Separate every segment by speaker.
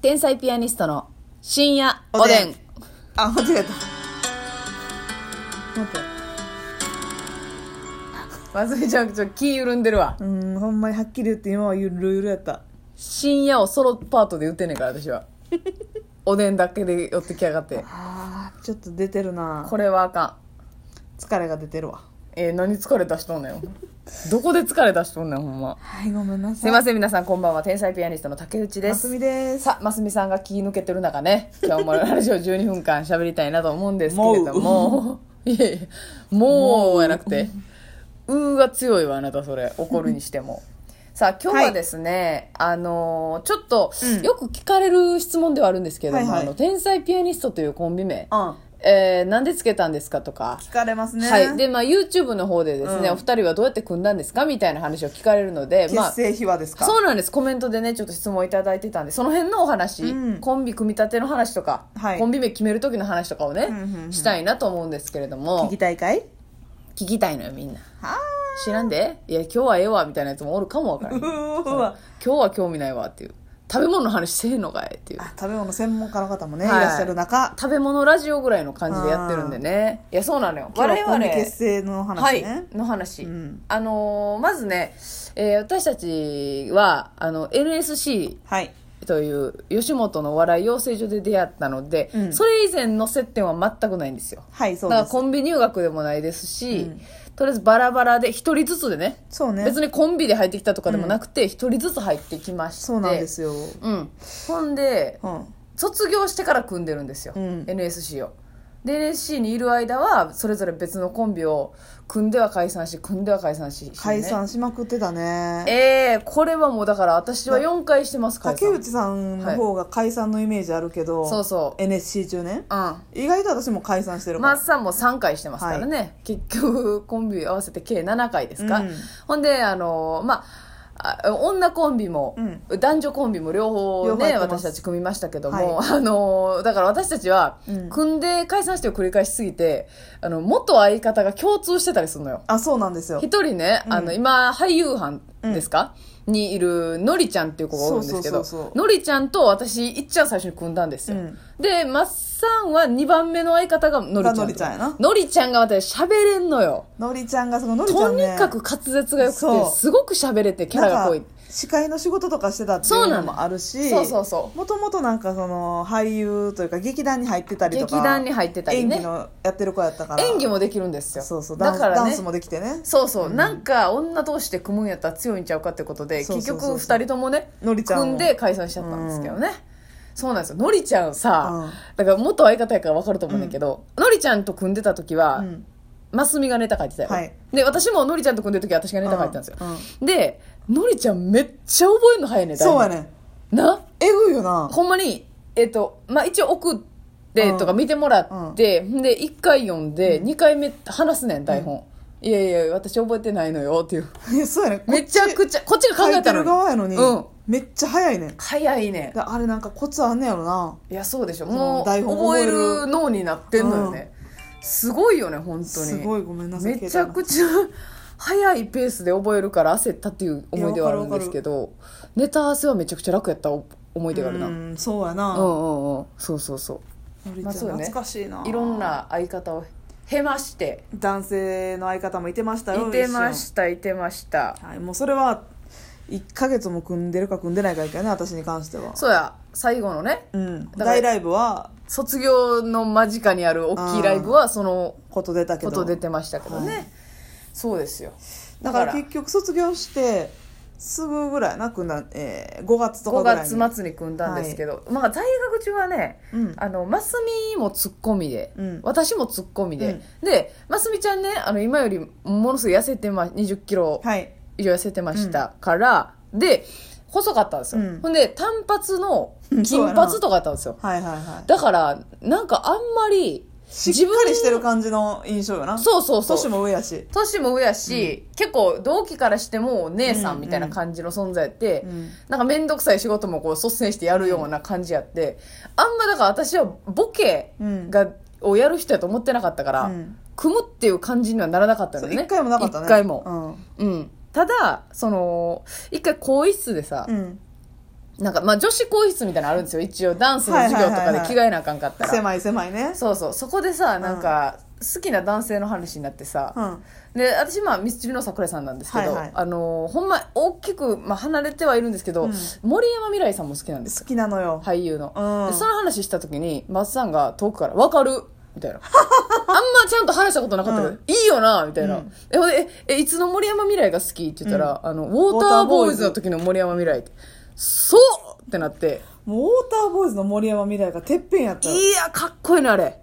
Speaker 1: 天才ピアニストの深夜おでん
Speaker 2: おでんあ間 違えた
Speaker 1: 待って忘れちゃうちょっと気緩んでるわ
Speaker 2: うんほんまにはっきり言って今はゆるゆるやった
Speaker 1: 深夜をソロパートで言ってんねんから 私はおでんだけで寄ってきやがって
Speaker 2: あーちょっと出てるな
Speaker 1: これはあか
Speaker 2: 疲れが出てるわ
Speaker 1: んえー何疲れ出しとんねんどこで疲れ出しとんねんほんま
Speaker 2: はいごめんなさい
Speaker 1: すいません皆さんこんばんは天才ピアニストの竹内で
Speaker 2: ますすみです
Speaker 1: さあますみさんが気抜けてる中ね今日もラジオ12分間喋りたいなと思うんですけれども いやいやもうやなくてうーが強いわあなたそれ怒るにしてもさあ今日はですね、あのーちょっと、
Speaker 2: うん
Speaker 1: よく聞かれる質問ではあるんですけれども、
Speaker 2: はいはい
Speaker 1: あの天才ピアニストというコンビ名、
Speaker 2: うん
Speaker 1: えーなんでつけたんですかとか、
Speaker 2: 疲れますね
Speaker 1: はい。で、まあ、YouTube の方でですね、
Speaker 2: うん
Speaker 1: お二人はどうやって組んだんですかみたいな話を聞かれるので、まあ
Speaker 2: 結、成秘話ですか、
Speaker 1: そうなんですコメントでねちょっと質問いただいてたんでその辺のお話、
Speaker 2: うん
Speaker 1: コンビ組み立ての話とか、
Speaker 2: はい
Speaker 1: コンビ名決める時の話とかをね、
Speaker 2: うんうんうん
Speaker 1: したいなと思うんですけれど
Speaker 2: 聞
Speaker 1: も
Speaker 2: きたいかい
Speaker 1: 聞きたいのよみんな
Speaker 2: は
Speaker 1: 知らんでいや今日はええわみたいなやつもおるかもわから
Speaker 2: ー
Speaker 1: ん今
Speaker 2: うわ
Speaker 1: 日は興味ないわっていう食べ物の話せえのかいっていう
Speaker 2: あ食べ物専門家の方もね、
Speaker 1: はい
Speaker 2: い、らっしゃる中
Speaker 1: 食べ物ラジオぐらいの感じでやってるんでねいやそうなのよ
Speaker 2: 今
Speaker 1: 我
Speaker 2: 日はコ
Speaker 1: 々
Speaker 2: ンビ結成の話ね、
Speaker 1: はい、の話、
Speaker 2: うん
Speaker 1: あのーまずね、えー私たちはあの NSC
Speaker 2: はい
Speaker 1: という吉本のお笑い養成所で出会ったので、
Speaker 2: うん
Speaker 1: それ以前の接点は全くないんですよ
Speaker 2: はいそ
Speaker 1: だから
Speaker 2: うです
Speaker 1: コンビ入学でもないですし、
Speaker 2: うん
Speaker 1: とりあえずバラバラで一人ずつでね
Speaker 2: そうね
Speaker 1: 別にコンビで入ってきたとかでもなくて一、人ずつ入ってきまして
Speaker 2: そうなんですよ、
Speaker 1: うんほんで
Speaker 2: うん、
Speaker 1: 卒業してから組んでるんですよ、
Speaker 2: うん
Speaker 1: NSC をで NSC にいる間はそれぞれ別のコンビを組んでは解散し組んでは解散し、
Speaker 2: 解
Speaker 1: ね
Speaker 2: 散しまくってたね
Speaker 1: ええこれはもうだから私は4回してます解
Speaker 2: 竹
Speaker 1: 散
Speaker 2: 内さんの方が解散のイメージあるけど、
Speaker 1: そうそう
Speaker 2: NSC 中ね
Speaker 1: うん
Speaker 2: 意外と私も解散してるか
Speaker 1: マ
Speaker 2: ら、
Speaker 1: スさんも3回してますからね、結局コンビ合わせて計7回ですか、
Speaker 2: うん
Speaker 1: ほんであのまああ女コンビも、男女コンビも両方
Speaker 2: 両方
Speaker 1: ね
Speaker 2: やってま
Speaker 1: 私
Speaker 2: す
Speaker 1: たち組みましたけども、あのだから私たちは、
Speaker 2: うん
Speaker 1: 組んで解散してを繰り返しすぎてあの元相方が共通してたりするのよ
Speaker 2: あそうなんですよ
Speaker 1: 一人ね、
Speaker 2: うん
Speaker 1: あの今俳優班ですか、にいるのりちゃんっていう子がおるんですけど
Speaker 2: そうそうそうそう
Speaker 1: のりちゃんと私いっちゃん最初に組んだんですよ、
Speaker 2: うん
Speaker 1: でマッサンは2番目の相方がのりちゃん
Speaker 2: がのりちゃんやな
Speaker 1: のりちゃんが私喋れんのよ
Speaker 2: のりちゃんがそののりちゃ
Speaker 1: と
Speaker 2: ん
Speaker 1: に
Speaker 2: ね
Speaker 1: かく滑舌が良く
Speaker 2: そう
Speaker 1: てすごく喋れてキャラが濃
Speaker 2: ないんか司会の仕事とかしてたってい
Speaker 1: そう
Speaker 2: う
Speaker 1: な
Speaker 2: の
Speaker 1: の
Speaker 2: もあるし
Speaker 1: そうそうそう
Speaker 2: もともとなんかその俳優というか劇団に入ってたりとか
Speaker 1: 劇団に入ってたりね
Speaker 2: 演技のやってる子やったから
Speaker 1: 演技もできるんですよ
Speaker 2: そうそうダン
Speaker 1: だ
Speaker 2: ス,、
Speaker 1: から
Speaker 2: ダ
Speaker 1: ね
Speaker 2: ンスもできてね
Speaker 1: そうそう、なんか女同士で組むんやったら強いんちゃうかってことで
Speaker 2: そうそうそうそう
Speaker 1: 結局2人ともね
Speaker 2: のりちゃんも
Speaker 1: 組んで解散しちゃったんですけどね、そうなんですよのりちゃんさ、
Speaker 2: う
Speaker 1: だから元相方やから分かると思うんだけど、のりちゃんと組んでた時は、
Speaker 2: うん
Speaker 1: ますみがネタ書いてたよ、
Speaker 2: はい
Speaker 1: で私ものりちゃんと組んでる時は私がネタ書いてたんですよ、
Speaker 2: うん
Speaker 1: でのりちゃんめっちゃ覚えるの早いねだいぶ
Speaker 2: そうやね
Speaker 1: な
Speaker 2: えぐいよな
Speaker 1: ほんまに、えっ、と、まあ、一応送ってとか見てもらって、んで、1回読んで、2回目話すねん、台本。いやいや、私覚えてないのよ、っていう。
Speaker 2: いやそうやね
Speaker 1: めちゃ
Speaker 2: ち
Speaker 1: くちゃ、こっちが考
Speaker 2: 書
Speaker 1: え
Speaker 2: いて
Speaker 1: たの
Speaker 2: る側やのに、
Speaker 1: うん。
Speaker 2: めっちゃ早いね
Speaker 1: 早いね
Speaker 2: で。あれなんかコツあんねやろない
Speaker 1: や、そうでしょ。
Speaker 2: ん
Speaker 1: もう、
Speaker 2: 台本
Speaker 1: 覚
Speaker 2: 覚
Speaker 1: え
Speaker 2: える
Speaker 1: る脳になってんのよね。すごいよね、本当に。
Speaker 2: すごいごめんなさい
Speaker 1: めちゃくちゃ早いペースで覚えるから焦ったっていう思い出はあるんですけど、ネタ合わせはめちゃくちゃ楽やった思い出があるな。
Speaker 2: う
Speaker 1: うん
Speaker 2: んそうや
Speaker 1: う
Speaker 2: なん
Speaker 1: うん。そうそうそう。
Speaker 2: のりち
Speaker 1: ま
Speaker 2: ゃ
Speaker 1: あ
Speaker 2: ん
Speaker 1: そうね
Speaker 2: 懐かしいない
Speaker 1: ろんな相方をへまして
Speaker 2: 男性の相方もいてましたよ
Speaker 1: いてましたいてました
Speaker 2: 一緒はいもうそれは1か月も組んでるか組んでないかやけどね私に関しては
Speaker 1: そうや最後のね
Speaker 2: うん
Speaker 1: から
Speaker 2: 大ライブは
Speaker 1: 卒業の間近にある大きいライブはその
Speaker 2: こと出たけ
Speaker 1: こ
Speaker 2: ど
Speaker 1: と出てましたけどね、
Speaker 2: は
Speaker 1: そうですよ
Speaker 2: だから結局卒業してすぐぐらいな組んだ、えー、5月とか
Speaker 1: 5
Speaker 2: ぐらいに
Speaker 1: 月末に組んだんですけど、まあ在学中はね、
Speaker 2: うん
Speaker 1: あのますみもツッコミで、
Speaker 2: うん
Speaker 1: 私もツッコミで、でますみちゃんねあの今よりものすごい痩せてま2 0キロ
Speaker 2: はい
Speaker 1: 以上痩せてましたから、で細かったんですよ、
Speaker 2: うん
Speaker 1: ほんで単発の
Speaker 2: うん そう
Speaker 1: 金
Speaker 2: やな
Speaker 1: 髪とかやったんですよ
Speaker 2: はいはいはい
Speaker 1: だからなんかあんまり
Speaker 2: しっかりしてる感じの印象よな
Speaker 1: そうそうそう
Speaker 2: 年も上やし
Speaker 1: 年も上やし、結構同期からしてもお姉さんみたいな感じの存在やって、
Speaker 2: うん
Speaker 1: なんか面倒くさい仕事もこう率先してやるような感じやって、あんまだから私はボケが、をやる人やと思ってなかったから、
Speaker 2: うん
Speaker 1: 組むっていう感じにはならなかったの
Speaker 2: そう
Speaker 1: ね
Speaker 2: 一回もなかったね
Speaker 1: 一回も、
Speaker 2: うん
Speaker 1: うんただその一回更衣室でさ、
Speaker 2: うん
Speaker 1: なんか、まあ、女子更衣室みたいなのあるんですよ。一応、ダンスの授業とかで着替えなあかんかったら。
Speaker 2: 狭い狭いね
Speaker 1: そうそう。そこでさ、なんか、好きな男性の話になってさ、
Speaker 2: うん
Speaker 1: で私まあミスチルの桜井さんなんですけど、
Speaker 2: はいはい
Speaker 1: あのーほんま大きく、まあ、離れてはいるんですけど、
Speaker 2: うん
Speaker 1: 森山未来さんも好きなんです
Speaker 2: 好きなのよ、
Speaker 1: 俳優の、
Speaker 2: う
Speaker 1: で
Speaker 2: ん
Speaker 1: その話した時に松さんが遠くから「分かる」み たいなあんまちゃんと話したことなかったけど「
Speaker 2: うん
Speaker 1: いいよな」みたいな、
Speaker 2: うん
Speaker 1: えほんでええいつの森山未来が好き?」って言ったら、あの「ウォーターボーイズ」の時の森山未来って「そう!」ってなって
Speaker 2: もうウォーターボーイズの森山未来がてっぺんや
Speaker 1: 「
Speaker 2: ったら
Speaker 1: いやかっこいいなあれ」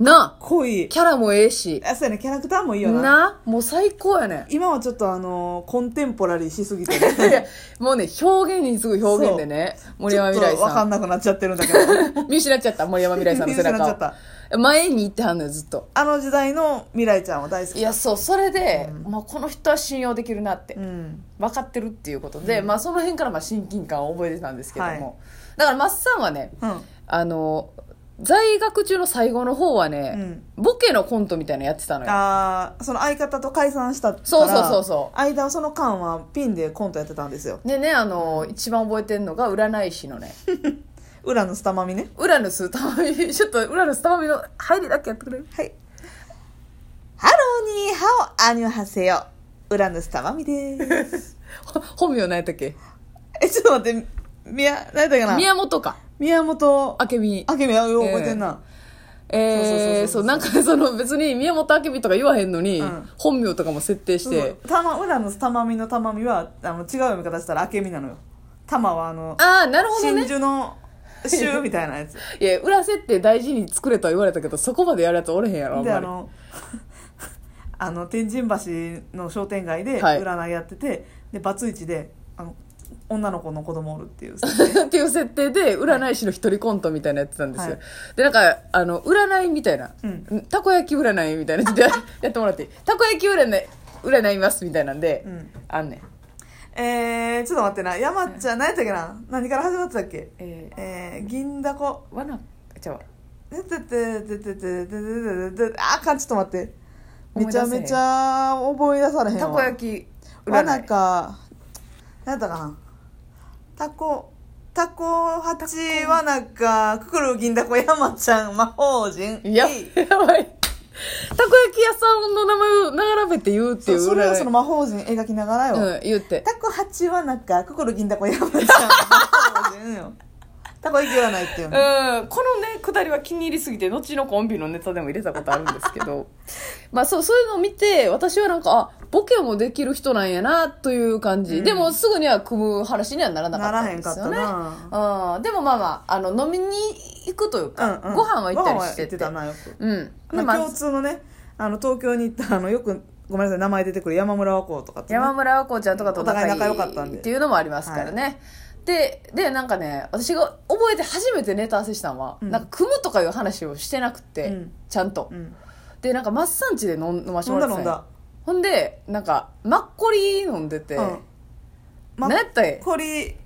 Speaker 1: なあ
Speaker 2: 濃い
Speaker 1: キャラもええし
Speaker 2: あそうやねキャラクターもいいよな
Speaker 1: なもう最高やねん
Speaker 2: 今はちょっとあのーコンテンポラリーしすぎて
Speaker 1: いやもうね、表現にすごい表現でね、 森山未来
Speaker 2: ちょっとわか
Speaker 1: さ
Speaker 2: んなくなっちゃってるんだけど
Speaker 1: ん。見失っちゃった、森山未来さんの背
Speaker 2: 見失っちゃ
Speaker 1: 中
Speaker 2: っ
Speaker 1: を。前に行ってはんのよ、ずっと。
Speaker 2: あの時代の未来ちゃんは大好き
Speaker 1: いや、そう、それで、まあ、この人は信用できるなって
Speaker 2: う、ん
Speaker 1: 分かってるっていうことで、まあ、その辺からまあ親近感を覚えてたんですけども。
Speaker 2: はい
Speaker 1: だから、マッサンはね、
Speaker 2: うん
Speaker 1: あの、在学中の最後の方はね、ボケのコントみたいなのやってたのよ。
Speaker 2: あーその相方と解散したから
Speaker 1: そうそうそうそう
Speaker 2: 間をその間はピンでコントやってたんですよ
Speaker 1: でね、あの、一番覚えてるのが、占い師のね、
Speaker 2: 裏のスタマミね
Speaker 1: ウラヌスたまみ、ちょっとウラヌスたまみの入りだけやってくれる
Speaker 2: はいハローにーハオアニョハセヨ裏のスタマミです
Speaker 1: ほ本名何やったっけ
Speaker 2: えちょっと待って宮何やったかな
Speaker 1: 宮本か
Speaker 2: 宮本
Speaker 1: 明美
Speaker 2: あけみあよう覚えてんな、
Speaker 1: えー
Speaker 2: そ
Speaker 1: そう
Speaker 2: そうそうそう
Speaker 1: うなんかその別に宮本明美とか言わへんのに、
Speaker 2: うん
Speaker 1: 本名とかも設定し
Speaker 2: そうそう
Speaker 1: て、
Speaker 2: たま裏のたまみのたまみはあの違う読み方したらあけみなのよたまはあの
Speaker 1: ああなるほど
Speaker 2: 真
Speaker 1: ね
Speaker 2: 珠の州みたいな やつ
Speaker 1: いや裏設定大事に作れとは言われたけどそこまでやるやつおれへんやろあん
Speaker 2: で
Speaker 1: ま
Speaker 2: あの あの天神橋の商店街で
Speaker 1: はい
Speaker 2: 占いやってて、でバツイチであの女の子の子供おる っていう
Speaker 1: り っていう設定で占い師の一人コントみたいなやってたんですよ、
Speaker 2: はい
Speaker 1: でなんかあの占いみたいな、
Speaker 2: うん
Speaker 1: たこ焼き占いみたいなちょっとややってもらっていいたこ焼き占い占いますみたいなんで、
Speaker 2: うん
Speaker 1: あんねん
Speaker 2: えー、ちょっと待ってな山ちゃん何やったっけな何から始まってたっけ
Speaker 1: え
Speaker 2: えー、銀だこ
Speaker 1: ー、わなちゃうわ
Speaker 2: ててててててててててあかんちょっと待ってめ
Speaker 1: 思い出
Speaker 2: ち
Speaker 1: せへ
Speaker 2: ゃ
Speaker 1: ん
Speaker 2: めちゃ思い出されへん
Speaker 1: た
Speaker 2: わ
Speaker 1: こ焼き
Speaker 2: わ
Speaker 1: 占
Speaker 2: ないか何やったかなたこたこ八わなかくくる銀だこ山ちゃん魔法陣
Speaker 1: いや、
Speaker 2: えい
Speaker 1: やばい。たこ焼き屋さんの名前を並べて言うってい。
Speaker 2: そうそれをその
Speaker 1: ま
Speaker 2: 魔法陣描きながらよ、
Speaker 1: うん、言って。
Speaker 2: たこ八わなかくくる銀だこ山ちゃん魔法陣よたこ行き占いっていう
Speaker 1: うん、こ
Speaker 2: の
Speaker 1: のね、くだりは気に入りすぎて、後のコンビのネタでも入れたことあるんですけど、 まあそう、そういうのを見て、私はなんか、あ、ボケもできる人なんやな、という感じ。でも、すぐには組む話にはならなか
Speaker 2: な
Speaker 1: った
Speaker 2: ら
Speaker 1: ん
Speaker 2: へん
Speaker 1: で
Speaker 2: かっ
Speaker 1: す
Speaker 2: た
Speaker 1: よね。
Speaker 2: な
Speaker 1: うん、でもまあまあ、あの、飲みに行くというか、ご飯は行ったりして
Speaker 2: ご飯は行ってたなよく
Speaker 1: うん。で
Speaker 2: ま
Speaker 1: ま
Speaker 2: あ、
Speaker 1: あ
Speaker 2: 共通のねあの東京に行ったあのよくごめんなさい名前出てくる山村和光とかって、ね、
Speaker 1: 山村和光ちゃんとかと
Speaker 2: お互い仲良かったんで
Speaker 1: っていうのもありますからね、ででなんかね私が覚えて初めてネタ合わせしたのは、
Speaker 2: うん
Speaker 1: なんか組むとかいう話をしてなくて、
Speaker 2: うん
Speaker 1: ちゃんと、
Speaker 2: うん、
Speaker 1: でなんかマッサンチで飲ん飲まして
Speaker 2: 飲
Speaker 1: も
Speaker 2: ん
Speaker 1: ら
Speaker 2: だ
Speaker 1: ってたん
Speaker 2: 飲ん
Speaker 1: や
Speaker 2: だ、
Speaker 1: ほんでなんかマッコリ飲んでて、
Speaker 2: うんま
Speaker 1: 何やったい
Speaker 2: こり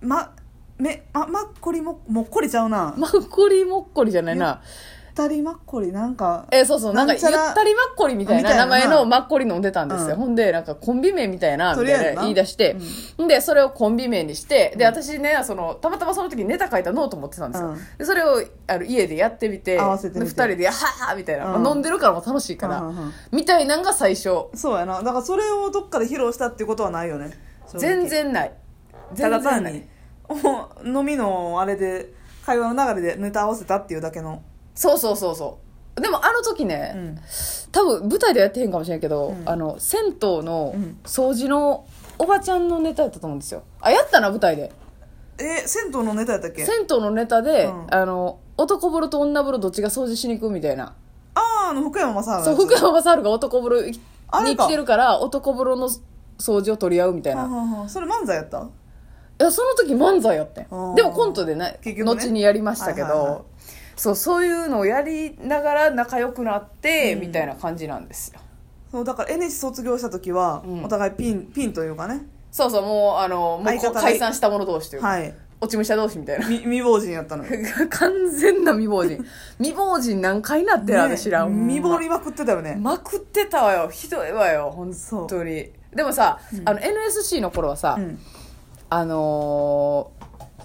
Speaker 2: まめままっこりももっこりちゃうなま
Speaker 1: マッコリもっこりじゃないな
Speaker 2: ったりまっこりなんか
Speaker 1: えーそうそうなんか
Speaker 2: なん
Speaker 1: ゆ
Speaker 2: ちゃら
Speaker 1: ったりマッコリみたい
Speaker 2: みた
Speaker 1: ない
Speaker 2: な
Speaker 1: 名
Speaker 2: な
Speaker 1: 前のマッコリ飲んでたんですよ、
Speaker 2: うん
Speaker 1: ほんでなんかコンビ名みたいなみた
Speaker 2: とりあえ
Speaker 1: い
Speaker 2: ず
Speaker 1: な
Speaker 2: な
Speaker 1: 言い出して、んでそれをコンビ名にしてで私ねそのたまたまその時にネタ書いたノート持ってたんですよ、
Speaker 2: うん
Speaker 1: でそれをあの家でやってみて
Speaker 2: 合わせてみて
Speaker 1: で二人で「やっはーみたいな、
Speaker 2: うん
Speaker 1: まあ飲んでるからもう楽しいから、
Speaker 2: うんうんうん
Speaker 1: みたいなんが最初
Speaker 2: そうやなだからそれをどっかで披露したってことはないよね正直
Speaker 1: 全然ない
Speaker 2: た
Speaker 1: 全
Speaker 2: だ
Speaker 1: 然
Speaker 2: 単
Speaker 1: ない
Speaker 2: にお飲みのあれで会話の流れでネタ合わせたっていうだけの、
Speaker 1: そうそうそうそうでもあの時ね、
Speaker 2: うん、
Speaker 1: 多分舞台でやってへんかもしれんけど、
Speaker 2: うん
Speaker 1: あの銭湯の
Speaker 2: うん
Speaker 1: 掃除のおばちゃんのネタやったと思うんですよあやったな舞台で
Speaker 2: え銭湯のネタやったっけ
Speaker 1: 銭湯のネタで、
Speaker 2: うん
Speaker 1: あの男風呂と女風呂どっちが掃除しに行くみたいな
Speaker 2: あーあの福山雅治のやつ
Speaker 1: そう福山雅治が男風呂に
Speaker 2: あれか
Speaker 1: 来てるから男風呂の掃除を取り合うみたいな
Speaker 2: はあはあはあそれ漫才やった
Speaker 1: いやその時漫才やってん
Speaker 2: あー
Speaker 1: でもコントでね
Speaker 2: 結局ね
Speaker 1: 後にやりましたけど、
Speaker 2: はいはいはい
Speaker 1: そうそういうのをやりながら仲良くなって、みたいな感じなんですよ
Speaker 2: そうだから NH 卒業した時は、
Speaker 1: うん
Speaker 2: お互いピンピンというかね
Speaker 1: そうそうもうあのもう
Speaker 2: 相方
Speaker 1: こ
Speaker 2: で
Speaker 1: 解散した者同士というか、
Speaker 2: はい
Speaker 1: 落ち武者同士みたいな
Speaker 2: み未亡人やったのよ
Speaker 1: 完全な未亡 人未亡人何回なってる私ら、ほんま
Speaker 2: 見ぼりまくってたよね、
Speaker 1: まくってたわよひどいわよ本当にでもさ、あの NSC の頃はさ、
Speaker 2: うん
Speaker 1: あの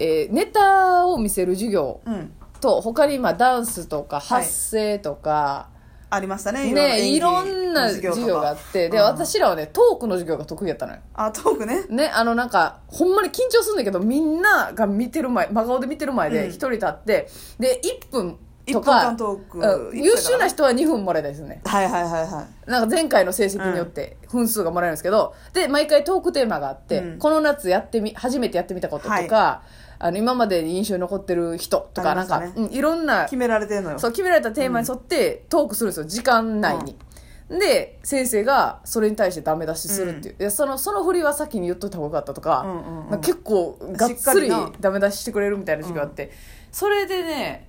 Speaker 1: ーえーネタを見せる授業
Speaker 2: うん
Speaker 1: と他にまあダンスとか
Speaker 2: はい
Speaker 1: 発声とか、
Speaker 2: ありましたね
Speaker 1: ねいろんな
Speaker 2: 演技の
Speaker 1: 授業があってで、
Speaker 2: うん
Speaker 1: 私らはねトークの授業が得意やったのよ
Speaker 2: あトークね
Speaker 1: ね、あのなんか、ほんまに緊張すんだけど、みんなが見てる前、真顔で見てる前
Speaker 2: うん
Speaker 1: で一人立って、で、1分
Speaker 2: 一
Speaker 1: と
Speaker 2: 分
Speaker 1: か、
Speaker 2: 間トーク
Speaker 1: うん優秀な人は2分もらえたりでするね。
Speaker 2: はいはいはいは
Speaker 1: なんか前回の成績によって分数がもらえるんですけど、で、毎回トークテーマがあって、
Speaker 2: うん
Speaker 1: この夏やってみ、初めてやってみたこととか、
Speaker 2: は
Speaker 1: あの、今までに印象に残ってる人と
Speaker 2: あ
Speaker 1: か、
Speaker 2: りま
Speaker 1: なん
Speaker 2: した
Speaker 1: か、
Speaker 2: ね
Speaker 1: うんいろんない
Speaker 2: 決められてんのよ
Speaker 1: そう決められたテーマに沿ってトークするんですよ時間内に、で先生がそれに対してダメ出しするっていう、いやそのその振りは先に言っといた方がよかったとか,、
Speaker 2: うんうんうん
Speaker 1: 結構がっ
Speaker 2: しっか
Speaker 1: つ
Speaker 2: り
Speaker 1: り
Speaker 2: な
Speaker 1: ダメ出ししてくれるみたいな時があって、それでね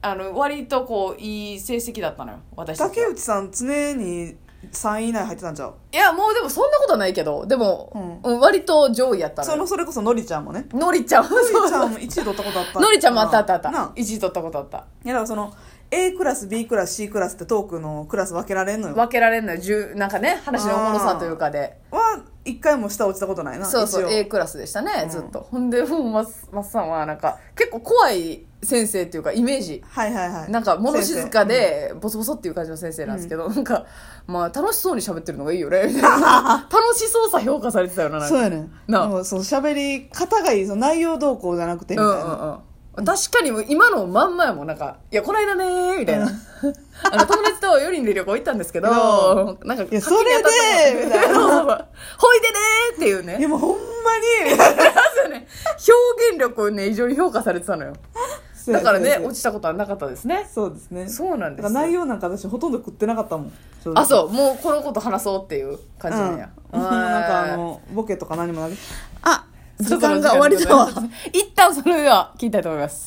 Speaker 1: あの割とこういい成績だったのよ私たち
Speaker 2: 竹
Speaker 1: は
Speaker 2: 内さん常に3位以内入ってたんちゃう
Speaker 1: いやもうでもそんなことはないけどでも、うん割と上位やったの
Speaker 2: その
Speaker 1: よ
Speaker 2: それこそのりちゃんもね
Speaker 1: のりちゃん
Speaker 2: のりち ゃ
Speaker 1: そ
Speaker 2: ん
Speaker 1: う
Speaker 2: も1位取ったことあった
Speaker 1: のりちゃんもあったあったあった
Speaker 2: なあ
Speaker 1: 1位取ったことあった
Speaker 2: いやだからその A クラス B クラス C クラスってトークのクラス分けられんのよ
Speaker 1: 分けられんのよじゅうなんかね話のおもろさというかで
Speaker 2: は1回も下落ちたことないな
Speaker 1: そうそう
Speaker 2: 一応
Speaker 1: A クラスでしたね、
Speaker 2: うん
Speaker 1: ずっとほんでもうマスマスさんはなんか結構怖い先生っていうかイメージ
Speaker 2: はいはいはい
Speaker 1: なんか物静か
Speaker 2: 先
Speaker 1: でボソボソっていう感じの先生なんですけど、なんかまあ楽しそうに喋ってるのがいいよねみたい な楽しそうさ評価されてたよななん
Speaker 2: 生そう
Speaker 1: か
Speaker 2: やねん
Speaker 1: なあ
Speaker 2: もうそう喋り方がいいその内容動向じゃなくてみ
Speaker 1: う
Speaker 2: たい
Speaker 1: ん
Speaker 2: な、
Speaker 1: うんうん確かにもう今のまんまやもんなんか「いやこないだねー」みたいな、 あの友達と4人で旅行行ったんですけど、 なんか
Speaker 2: いやそれで
Speaker 1: 垣根当たったのそうそう ほいでねーっていうね
Speaker 2: いやもうほんまに
Speaker 1: そうよね表現力をね異常に評価されてたのよ だからね落
Speaker 2: ち
Speaker 1: ちたことはなかったですね
Speaker 2: そうですね
Speaker 1: そうなん
Speaker 2: だ
Speaker 1: で
Speaker 2: から
Speaker 1: す
Speaker 2: 内
Speaker 1: よ
Speaker 2: 容なんか私ほとんど食ってなかったもん正直
Speaker 1: あそうもうこのこと話そうっていう感じなんや、
Speaker 2: うん、なんかあのボケとか何もなくあ
Speaker 1: ちょ
Speaker 2: 時
Speaker 1: っと
Speaker 2: 間
Speaker 1: の
Speaker 2: が終わりそう
Speaker 1: 時間でございます一旦それでは聞いたいと思います